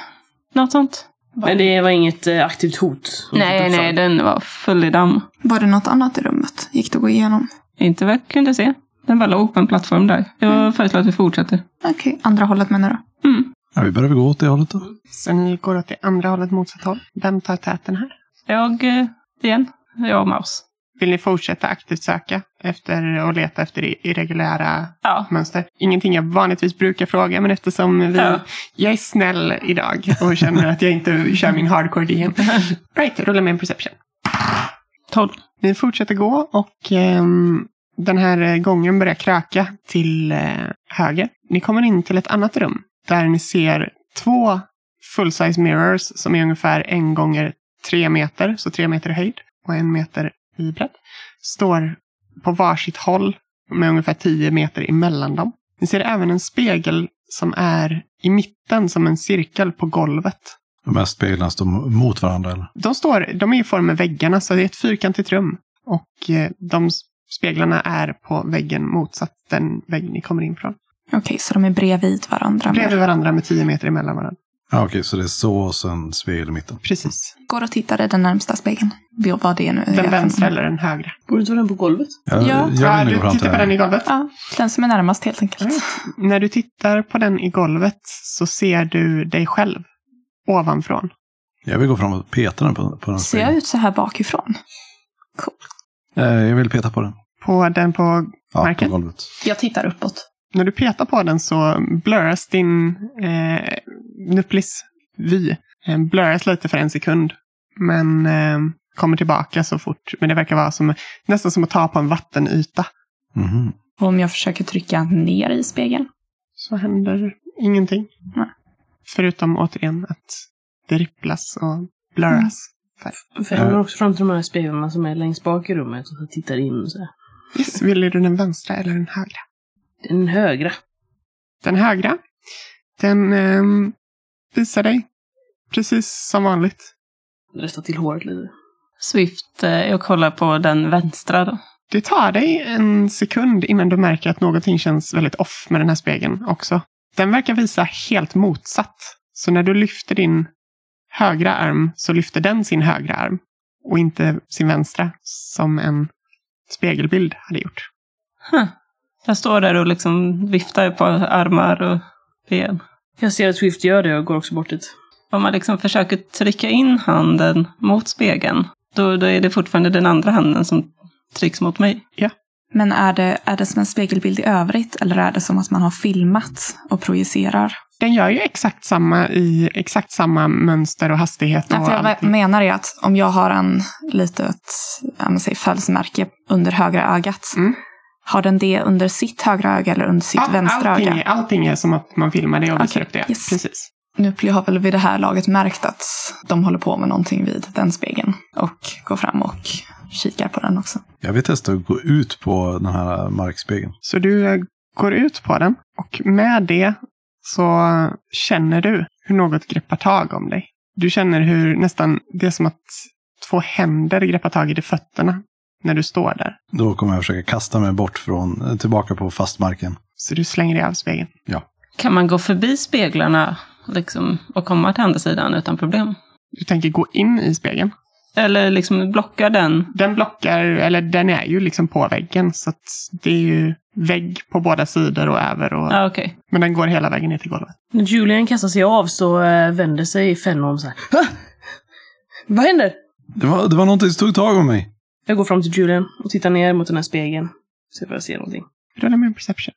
E: Något sånt.
D: Men det var inget eh, aktivt hot?
E: Nej, nej, den var full i damm.
F: Var det något annat i rummet? Gick det att gå igenom?
E: Inte vad jag kunde se. Den var låg på en plattform där. Jag föreslår att vi fortsätter.
F: Okej, andra hållet menar du?
E: Mm.
B: Ja, vi börjar väl gå åt det hållet då.
C: Så ni går åt det andra hållet, motsatt håll. Vem tar täten här?
E: Jag, eh, igen, jag och Maus.
C: Vill ni fortsätta aktivt söka efter och leta efter i- irreguljära
E: Ja,
C: mönster? Ingenting jag vanligtvis brukar fråga, men eftersom vi,
E: Ja.
C: jag är snäll idag och känner att jag inte kör min hardcore DM. Right, rulla med en perception.
E: 12.
C: Ni fortsätter gå och ehm, den här eh, gången börjar kröka till eh, höger. Ni kommer in till ett annat rum där ni ser två full-size mirrors som är ungefär en gånger tre meter, så tre meter i höjd och en meter i bredd. Står på varsitt håll med ungefär tio meter emellan dem. Ni ser även en spegel som är i mitten som en cirkel på golvet.
B: De här speglarna står mot varandra eller?
C: De, står, de är i form med väggarna, så det är ett fyrkantigt rum. Och eh, de s- speglarna är på väggen motsatt den vägg ni kommer in från.
F: Okej, så de är bredvid varandra.
C: Bredvid varandra med tio meter emellan varandra.
B: Ja, okej, så det är så och sen spegel i mitten.
C: Precis.
F: Går och tittar i den närmsta spegeln. Vad det nu är.
C: Den vänstra eller den högra.
D: Borde inte vara den på golvet?
B: Jag,
F: Ja.
B: jag vill
C: Ja,
B: inte
C: du
B: gå fram till
C: tittar på den i
B: den.
C: golvet.
F: Ja, den som är närmast helt enkelt.
C: Mm. När du tittar på den i golvet så ser du dig själv ovanifrån.
B: Jag vill gå fram och peta den på, på den
F: Ser jag
B: spegeln.
F: ut så här bakifrån?
B: Eh, Jag vill peta på den.
C: På den på
B: Ja, på
C: Marken?
B: golvet.
F: Jag tittar uppåt.
C: när du petar på den så blurras din eh, Nuplis vy. Eh, Blurras lite för en sekund. Men eh, kommer tillbaka så fort. Men det verkar vara som, nästan som att ta på en vattenyta.
B: Mhm.
F: Om jag försöker trycka ner i spegeln.
C: Så händer ingenting.
F: Nej.
C: Förutom återigen att det ripplas och blurras.
D: För jag går också fram till de här speglarna som är längst bak i rummet och så tittar in och så här.
C: Yes, vill du den vänstra eller den högra?
D: Den högra.
C: Den högra, den eh, visar dig precis som vanligt.
D: Rätta till håret lite.
E: Swift, eh, jag kollar på den vänstra då.
C: Det tar dig en sekund innan du märker att någonting känns väldigt off med den här spegeln också. Den verkar visa helt motsatt. Så när du lyfter din högra arm så lyfter den sin högra arm och inte sin vänstra som en spegelbild hade gjort.
E: Huh. Jag står där och liksom viftar på armar och ben.
D: Jag ser att Swift gör det och går också bort dit.
E: Om man liksom försöker trycka in handen mot spegeln, då, då är det fortfarande den andra handen som trycks mot mig.
F: Men är det, är det som en spegelbild i övrigt eller är det som att man har filmat och projicerar?
C: Den gör ju exakt samma i exakt samma mönster och hastighet och
F: Nej, för jag
C: allting.
F: menar är att om jag har en litet ja, men säg, födelsemärke under högra ögat.
C: Mm.
F: Har den det under sitt högra öga eller under sitt
C: Ja,
F: vänstra
C: allting,
F: öga?
C: är, allting är som att man filmar det och visar
F: Okej,
C: upp det.
F: yes.
C: Precis.
F: Nupli har väl vid det här laget märkt att de håller på med någonting vid den spegeln och går fram och kikar på den också.
B: Jag vill testa att gå ut på den här markspegeln.
C: Så du eh, går ut på den och med det så känner du hur något greppar tag om dig. Du känner hur nästan det är som att två händer greppar tag i dig fötterna när du står där.
B: Då kommer jag försöka kasta mig bort från, eh, tillbaka på fastmarken.
C: Så du slänger dig av spegeln.
E: Kan man gå förbi speglarna liksom, och komma till andra sidan utan problem?
C: Du tänker gå in i spegeln.
E: Eller liksom blocka den?
C: Den blockar, eller den är ju liksom på väggen så att det är ju vägg på båda sidor och över. Och,
E: Ja, okej.
C: Men den går hela vägen ner till golvet.
D: När Julian kastar sig av så eh, vänder sig Fennom så här. "Hä? Vad händer?
B: Det var, det var någonting som tog tag om mig.
D: Jag går fram till Julian och tittar ner mot den här spegeln. Så jag ser någonting.
C: Rulla med en perception.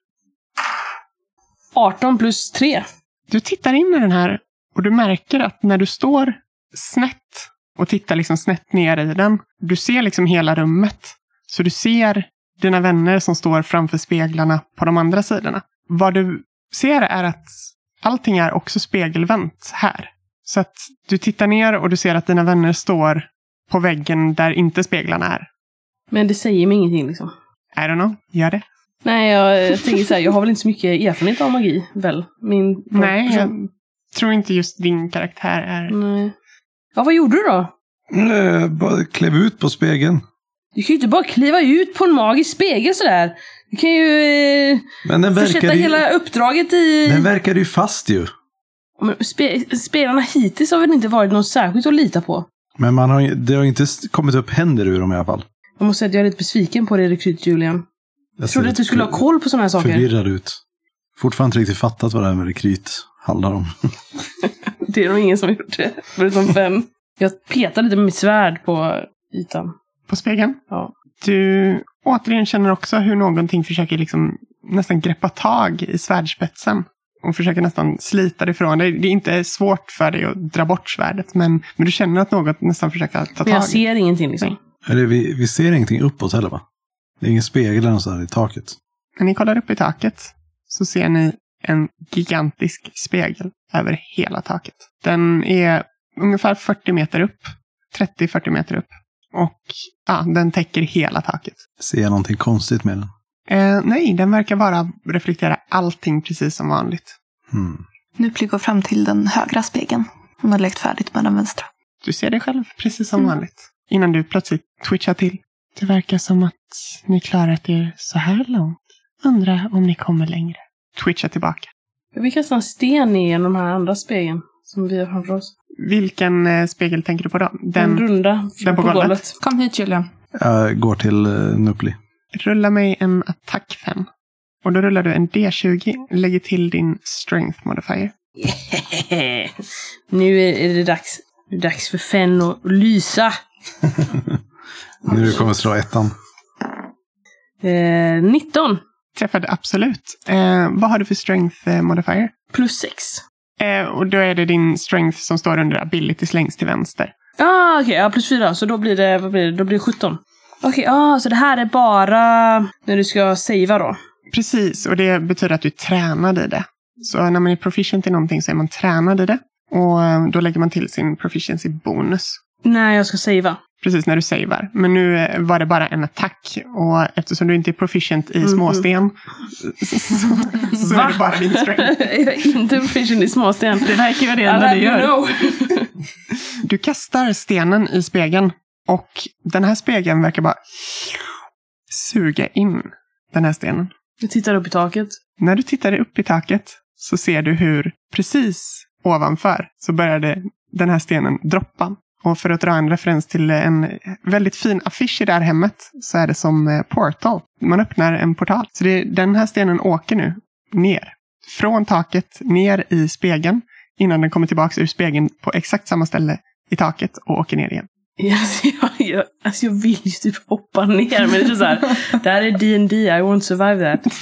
D: 18 plus 3.
C: Du tittar in i den här och du märker att när du står snett och tittar liksom snett ner i den, du ser liksom hela rummet. Så du ser dina vänner som står framför speglarna på de andra sidorna. Vad du ser är att allting är också spegelvänt här. Så att du tittar ner och du ser att dina vänner står på väggen där inte speglarna är.
D: Men det säger mig ingenting liksom.
C: I don't know, gör det.
D: Nej, jag eh, tänker så här, jag har väl inte så mycket erfarenhet av magi, väl? Min
C: Nej, jag tror inte just din karaktär är...
D: Nej. Ja, vad gjorde du då?
B: Eh, bara Klev ut på spegeln.
D: Du kan ju inte bara kliva ut på en magisk spegel sådär. Du kan ju eh,
B: Men den
D: försätta
B: verkade, ju,
D: hela uppdraget i...
B: den verkade ju fast ju.
D: Men spe, spelarna hittills har väl inte varit något särskilt att lita på?
B: Men man har, ju- det har inte s- kommit upp händer ur dem i alla fall.
D: Jag måste säga att jag är lite besviken på dig rekryt Julian.
B: Jag
D: Jag trodde
B: ser
D: att du skulle ha koll på sådana här saker.
B: Förvirrad ut. Fortfarande inte riktigt fattat vad det här med rekryt handlar om.
D: Det är nog ingen som har gjort det, förutom fem. Jag petade lite med mitt svärd på ytan.
C: på spegeln.
D: Ja.
C: Du återigen känner också hur någonting försöker liksom nästan greppa tag i svärdspetsen. Och försöker nästan slita det ifrån dig. Det är inte svårt för dig att dra bort svärdet. Men, men du känner att något nästan försöker ta
D: Men
C: tag
D: jag
C: i.
D: ser ingenting liksom.
C: Nej.
B: Eller vi, vi ser ingenting uppåt heller va? Det är ingen spegel eller något sånt här i taket.
C: När ni kollar upp i taket så ser ni en gigantisk spegel över hela taket. Den är ungefär 40 meter upp. 30-40 meter upp. Och ja, den täcker hela taket.
B: Ser jag någonting konstigt med den?
C: Eh, nej, den verkar bara reflektera allting precis som vanligt.
B: Hmm.
F: Nupli går fram till den högra spegeln. Hon har lekt färdigt med den vänstra.
C: Du ser dig själv precis som
F: Mm.
C: vanligt. Innan du plötsligt twitchar till. Det verkar som att ni klarat er så här långt. Undrar om ni kommer längre. Twitcha tillbaka.
D: Vi kastar en sten i genom den här andra spegeln som vi har framför oss.
C: Vilken eh, spegel tänker du på då?
D: Den,
C: Den
D: runda
C: den på golvet.
F: Kom hit Julian.
B: Jag går till uh, Nupli.
C: rullar mig en attack 5. Och då rullar du en D20, lägger till din strength modifier.
D: nu är är det dags. Nu är det dags för Fenn att lysa.
B: Nu kommer jag slå ettan.
D: Eh, 19
C: Träffade absolut. Eh, vad har du för strength eh, modifier?
D: plus 6.
C: Eh, och då är det din strength som står under abilities längst till vänster.
D: Ah, okej. ja, plus fyra. Så då blir det, vad blir det? Då blir det 17. Okej, ah, så det här är bara när du ska savea då?
C: Precis, och det betyder att du är tränad i det. Så när man är proficient i någonting så är man tränad i det. Och eh, då lägger man till sin proficiency bonus.
D: Nej, jag ska savea.
C: Precis när du savear. Men nu eh, var det bara en attack. Och eftersom du inte är proficient i
D: Mhm.
C: småsten så, så är det bara din strength.
D: jag är inte proficient i småsten.
E: Det verkar ju vara det
D: I'll
E: enda
D: let
E: du
D: you
E: gör.
D: know.
C: Du kastar stenen i spegeln. Och den här spegeln verkar bara suga in den här stenen.
D: Jag tittar upp i taket.
C: När du tittar upp i taket så ser du hur precis ovanför så började den här stenen droppa. Och för att dra en referens till en väldigt fin affisch i det här hemmet så är det som eh, portal. Man öppnar en portal. Så det, den här stenen åker nu ner. Från taket ner i spegeln innan den kommer tillbaka ur spegeln på exakt samma ställe i taket och åker ner igen.
D: Yes, jag, jag, alltså jag vill ju typ hoppa ner, men det är så här. Det här är D&D, I won't survive that.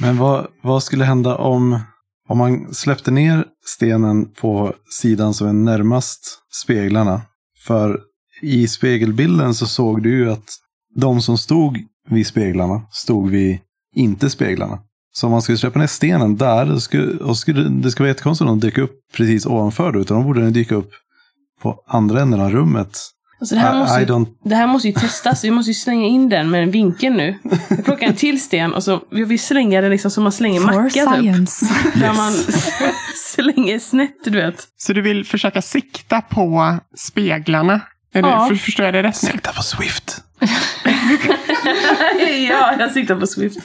B: Men vad, vad skulle hända om, om man släppte ner stenen på sidan som är närmast speglarna? För i spegelbilden så såg du ju att de som stod vid speglarna stod vid inte speglarna. Så om man skulle släppa ner stenen där, då skulle, och skulle, det skulle vara jättekonstigt om de dyker upp precis ovanför det, utan de borde den dyka upp på andra änden av rummet.
D: Alltså det, här
B: I-
D: måste
B: I
D: ju,
B: don't...
D: det här måste ju testas. Vi måste ju slänga in den med en vinkel nu. Jag plockar en till sten och så jag vill slänga den liksom som man slänger
F: For
D: macka typ.
F: science.
D: Där man slänger snett, du vet.
C: Så du vill försöka sikta på speglarna? Är det,
D: Ja.
C: för, förstår jag det rätt nu?
B: Titta på Swift!
D: ja, jag siktar på Swift.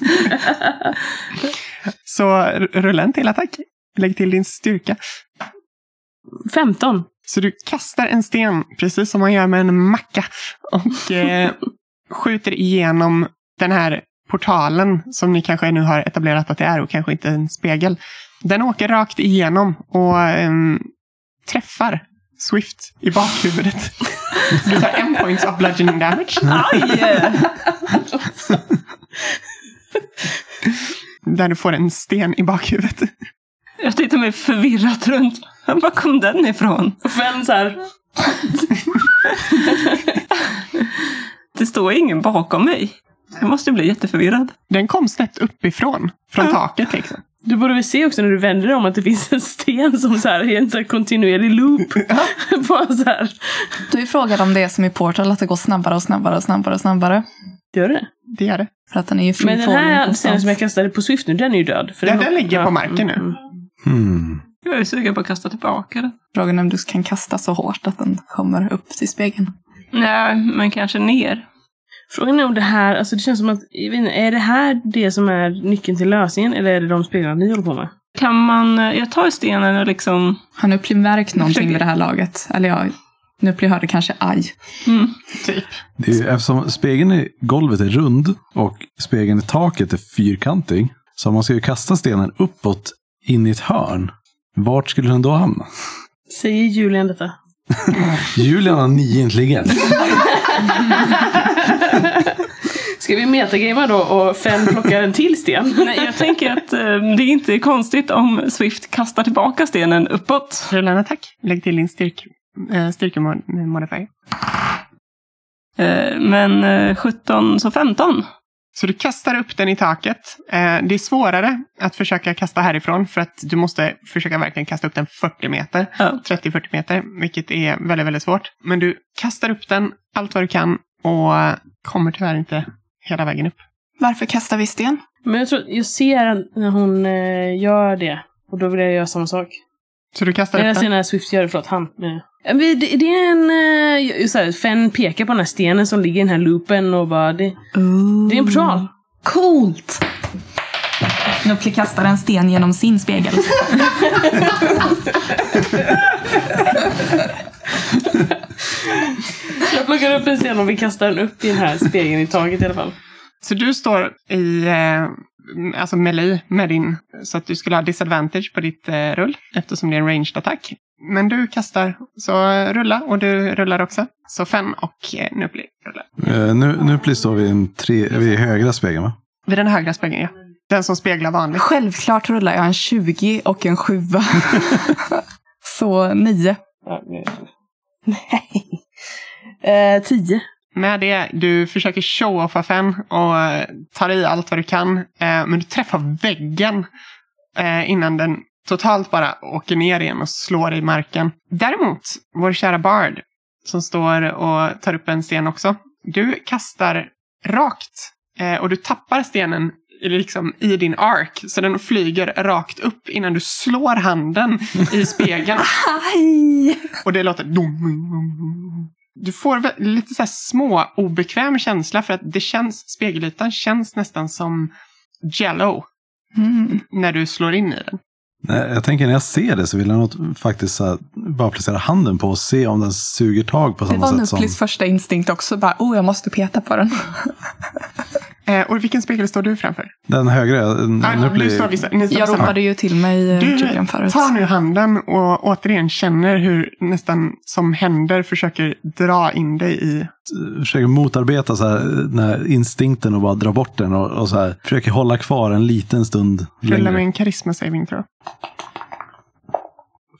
C: Så r- rulla en till attack. Lägg till din styrka.
D: 15.
C: Så du kastar en sten, precis som man gör med en macka. Och eh, skjuter igenom den här portalen som ni kanske nu har etablerat att det är och kanske inte en spegel. Den åker rakt igenom och ehm, träffar Swift i bakhuvudet. Du tar en points of bludgeoning damage. Där du får en sten i bakhuvudet.
E: Jag tittar mig förvirrat runt. Var kom den ifrån?
D: Och Fem så här.
E: Det står ju ingen bakom mig. Jag måste ju bli jätteförvirrad.
C: Den kom snett uppifrån, från taket liksom.
D: Du borde väl se också när du vänder dig om att det finns en sten som så här, är en så här kontinuerlig loop. Bara så här.
F: Du frågade om det är som i Portal, att det går snabbare och snabbare och snabbare och snabbare.
D: Gör det?
C: Det är det.
F: För att den är ju
D: Men den här stenen
F: free-falling
D: som jag
F: någonstans.
D: kastade på Swift nu, den är ju död. För
C: Ja,
D: har-
C: den ligger på
D: Ja, Mm,
C: marken nu.
B: Hmm.
E: Jag är sugen på att kasta tillbaka den.
F: Frågan är om du kan kasta så hårt att den kommer upp till spegeln.
E: Nej, men kanske ner.
D: Frågan är om det här, alltså det känns som att, jag vet inte, är det här det som är nyckeln till lösningen eller är det de spelarna ni håller på med?
E: Kan man... eh, Jag tar stenen och liksom...
F: Har Nuppli märkt någonting
E: försöker-
F: vid det här laget? Eller ja, Nuppli hörde kanske aj.
E: Mm.
B: Det är ju, eftersom spegeln i golvet är rund och spegeln i taket är fyrkantig. Så man ska ju kasta stenen uppåt in i ett hörn. Vart skulle den då hamna?
D: Säger Julian detta?
B: Julian har nio intelligens.
D: Ska vi metagamea då och fem plockar en till sten?
E: Nej, jag tänker att eh, det är inte konstigt om Swift kastar tillbaka stenen uppåt.
C: Rulla en attack. Lägg till din styrk, eh, styrkemodifier.
E: Eh, men eh, 17, så 15.
C: Så du kastar upp den i taket. Eh, det är svårare att försöka kasta härifrån för att du måste försöka verkligen kasta upp den 40 meter.
E: Ja.
C: 30-40 meter, vilket är väldigt, väldigt svårt. Men du kastar upp den allt vad du kan och eh, kommer tyvärr inte hela vägen upp.
F: Varför kastar vi sten?
D: Men jag tror, jag ser när hon eh, gör det. Och då vill jag göra samma sak.
C: Så du kastar
D: Eller
C: upp
D: jag ser
C: den.
D: när Swift gör det, förlåt, han. menar jag. Eh, vi- Det, det är en... eh, Så här, Fenn pekar på den här stenen som ligger i den här loopen och bara... Det, det är en portal.
F: Coolt! Nuppli kastar en sten genom sin spegel.
D: Jag plockar upp en sten och vi kastar den upp i den här spegeln i taget i alla fall.
C: Så du står i eh, alltså melee med din, så att du skulle ha disadvantage på ditt eh, rull eftersom det är en ranged attack. Men du kastar, så eh, rulla och du rullar också. Så fem och eh, nu blir rulla.
B: Eh, nu, nu blir- står vi i en tre, vid högra spegeln va?
C: Vid den högra spegeln, ja. Den som speglar vanligt.
F: Självklart rullar jag en 20 och en 7. så 9.
D: Nej. Eh, tio.
C: Med det, du försöker show-offa fem och eh, tar i allt vad du kan. eh, Men du träffar väggen eh, innan den totalt bara åker ner igen och slår i marken. Däremot, vår kära Bard som står och tar upp en sten också. Du kastar rakt eh, och du tappar stenen i- liksom i din ark så den flyger rakt upp innan du slår handen i spegeln.
F: Aj!
C: Och det låter... dum, dum, dum, dum. Du får väl lite så här små obekväm känsla för att det känns, spegelytan känns nästan som jello
F: Mm.
C: när du slår in i den.
B: Nej, jag tänker när jag ser det så vill jag nog faktiskt så här, bara placera handen på och se om den suger tag på
F: Det
B: samma
F: var
B: sätt som...
F: Nupplis första instinkt också. Bara, oh, jag måste peta på den.
C: Eh, och vilken spegel står du framför?
B: Den högra. Eh,
C: Ah,
B: Nu
C: du står
B: blir...
C: vid, ni står
F: Jag
C: på samma.
F: ropade ju till mig eh,
C: Du
F: Julian förut.
C: tar nu handen och återigen känner hur nästan som händer försöker dra in dig i...
B: försöker motarbeta så här, den här instinkten och bara dra bort den och, och så här, försöker hålla kvar en liten stund
C: Rulla
B: längre.
C: med en karisma saving tror jag.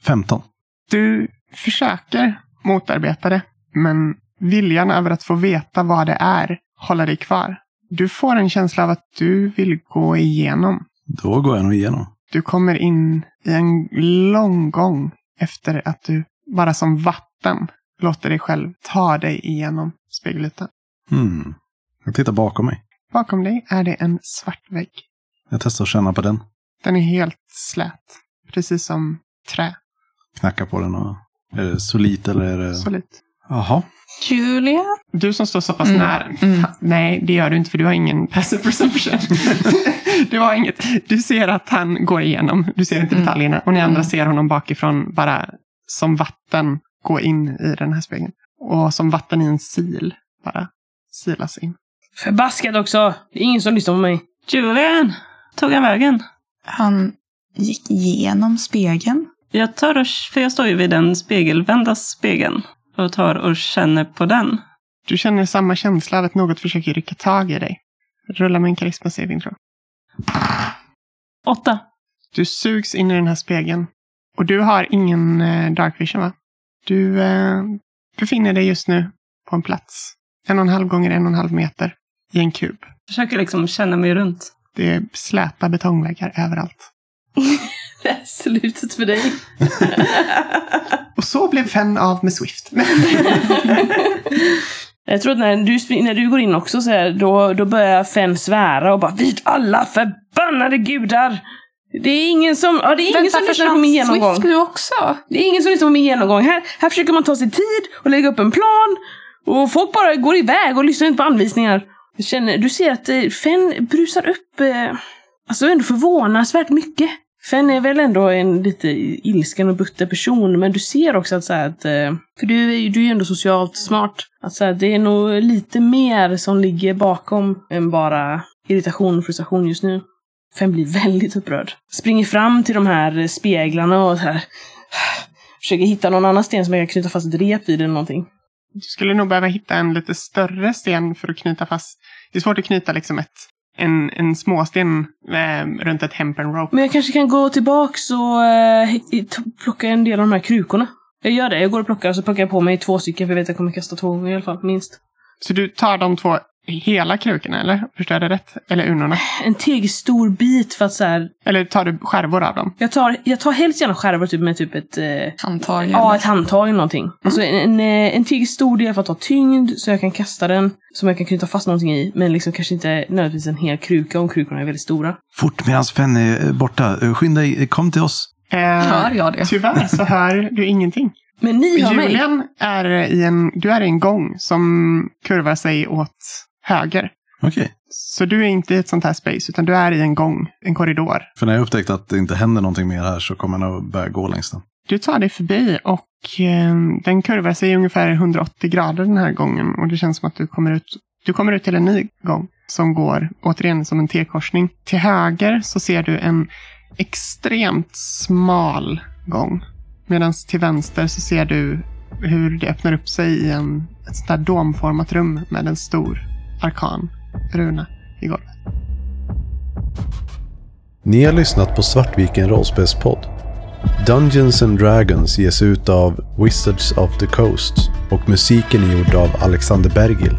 B: 15.
C: Du försöker motarbeta det, men viljan över att få veta vad det är håller dig kvar. Du får en känsla av att du vill gå igenom.
B: Då går jag nog igenom.
C: Du kommer in i en lång gång efter att du bara som vatten låter dig själv ta dig igenom spegelytan.
B: Hmm. Jag tittar bakom mig.
C: Bakom dig är det en svart vägg.
B: Jag testar att känna på den.
C: Den är helt slät, precis som trä.
B: Knacka på den och... Är det solit eller är det...
C: Solid.
B: Jaha.
F: Julia?
C: Du som står så pass
F: Mm.
C: nära.
F: Mm.
C: Fan, nej, det gör du inte för du har ingen passive perception. du har inget. Du ser att han går igenom. Du ser inte
F: Mm.
C: detaljerna. Och ni andra
F: Mm.
C: ser honom bakifrån bara som vatten gå in i den här spegeln. Och som vatten i en sil bara silas in.
D: Förbaskad också! Det är ingen som lyssnar på mig.
E: Julian! Tog han vägen?
F: Han gick igenom spegeln.
E: Jag tar och, för jag står ju vid den spegelvända spegeln. Och tar och känner på den.
C: Du känner samma känsla av att något försöker rycka tag i dig. Rulla med en karismasaving tror jag.
E: Åtta.
C: Du sugs in i den här spegeln. Och du har ingen eh, dark vision va? Du eh, befinner dig just nu på en plats. En och en halv gånger en och en halv meter i en kub.
E: Försöker liksom känna mig runt.
C: Det är släta betongväggar överallt.
D: Det är slutet för dig.
C: Och så blev Fenn av med Swift.
D: Jag tror att när du, spring- när du går in också så här, då, då börjar Fenn svära och bara Vid alla förbannade gudar! Det är ingen som, ja, det är ingen som lyssnar på min genomgång.
F: Swift nu också?
D: Det är ingen som lyssnar på min genomgång. Här, här försöker man ta sig tid och lägga upp en plan. Och folk bara går iväg och lyssnar inte på anvisningar. Jag känner, du ser att eh, Fenn brusar upp, eh, alltså ändå förvånansvärt mycket. Fenn är väl ändå en lite ilsken och butter person, men du ser också att så här att, eh, för du, är ju- du är ju ändå socialt smart, att så här, det är nog lite mer som ligger bakom än bara irritation och frustration just nu. Fenn blir väldigt upprörd. Springer fram till de här eh, speglarna och så här, Försöker hitta någon annan sten som jag kan knyta fast ett rep vid eller någonting.
C: Du skulle nog behöva hitta en lite större sten för att knyta fast. Det är svårt att knyta liksom ett, en, en småsten eh, runt ett hempen rope.
D: Men jag kanske kan gå tillbaks och eh, hi- t- plocka en del av de här krukorna. Jag gör det. Jag går och plockar och så plockar jag på mig två stycken för jag vet att jag kommer kasta två gånger i alla fall, minst.
C: Så du tar de två hela krukorna, eller? Förstår jag det rätt? Eller unorna?
D: En tegelstor bit för att så här.
C: Eller tar du skärvor av dem?
D: Jag tar, jag tar helst gärna skärvor typ med typ ett... Eh,
F: Handtag.
D: ja, ett handtag eller någonting. Alltså en, en, eh, en tegelstor del för att ta tyngd så jag kan kasta den. Som jag kan knyta fast någonting i. Men liksom kanske inte nödvändigtvis en hel kruka om krukorna är väldigt stora.
B: Fort medans Fenn är eh, borta. Eh, Skynda dig, eh, kom till oss.
C: Eh,
F: Hör jag det?
C: Tyvärr så hör du ingenting.
D: Men ni hör mig.
C: Julian är i en, du är i en gång som kurvar sig åt höger.
B: Okej.
C: Så du är inte i ett sånt här space, utan du är i en gång, en korridor.
B: För när jag upptäckte att det inte händer någonting mer här så kommer jag nog börja gå längs den.
C: Du tar dig förbi och eh, den kurvar sig ungefär 180 grader den här gången. Och det känns som att du kommer ut, du kommer ut till en ny gång som går återigen som en T-korsning. Till höger så ser du en extremt smal gång. Medan till vänster så ser du hur det öppnar upp sig i en, ett sånt här domformat rum med en stor arkan runa i golvet.
A: Ni har lyssnat på Svartviken rollspelspodd. Dungeons and Dragons ges ut av Wizards of the Coast och musiken är gjord av Alexander Bergil.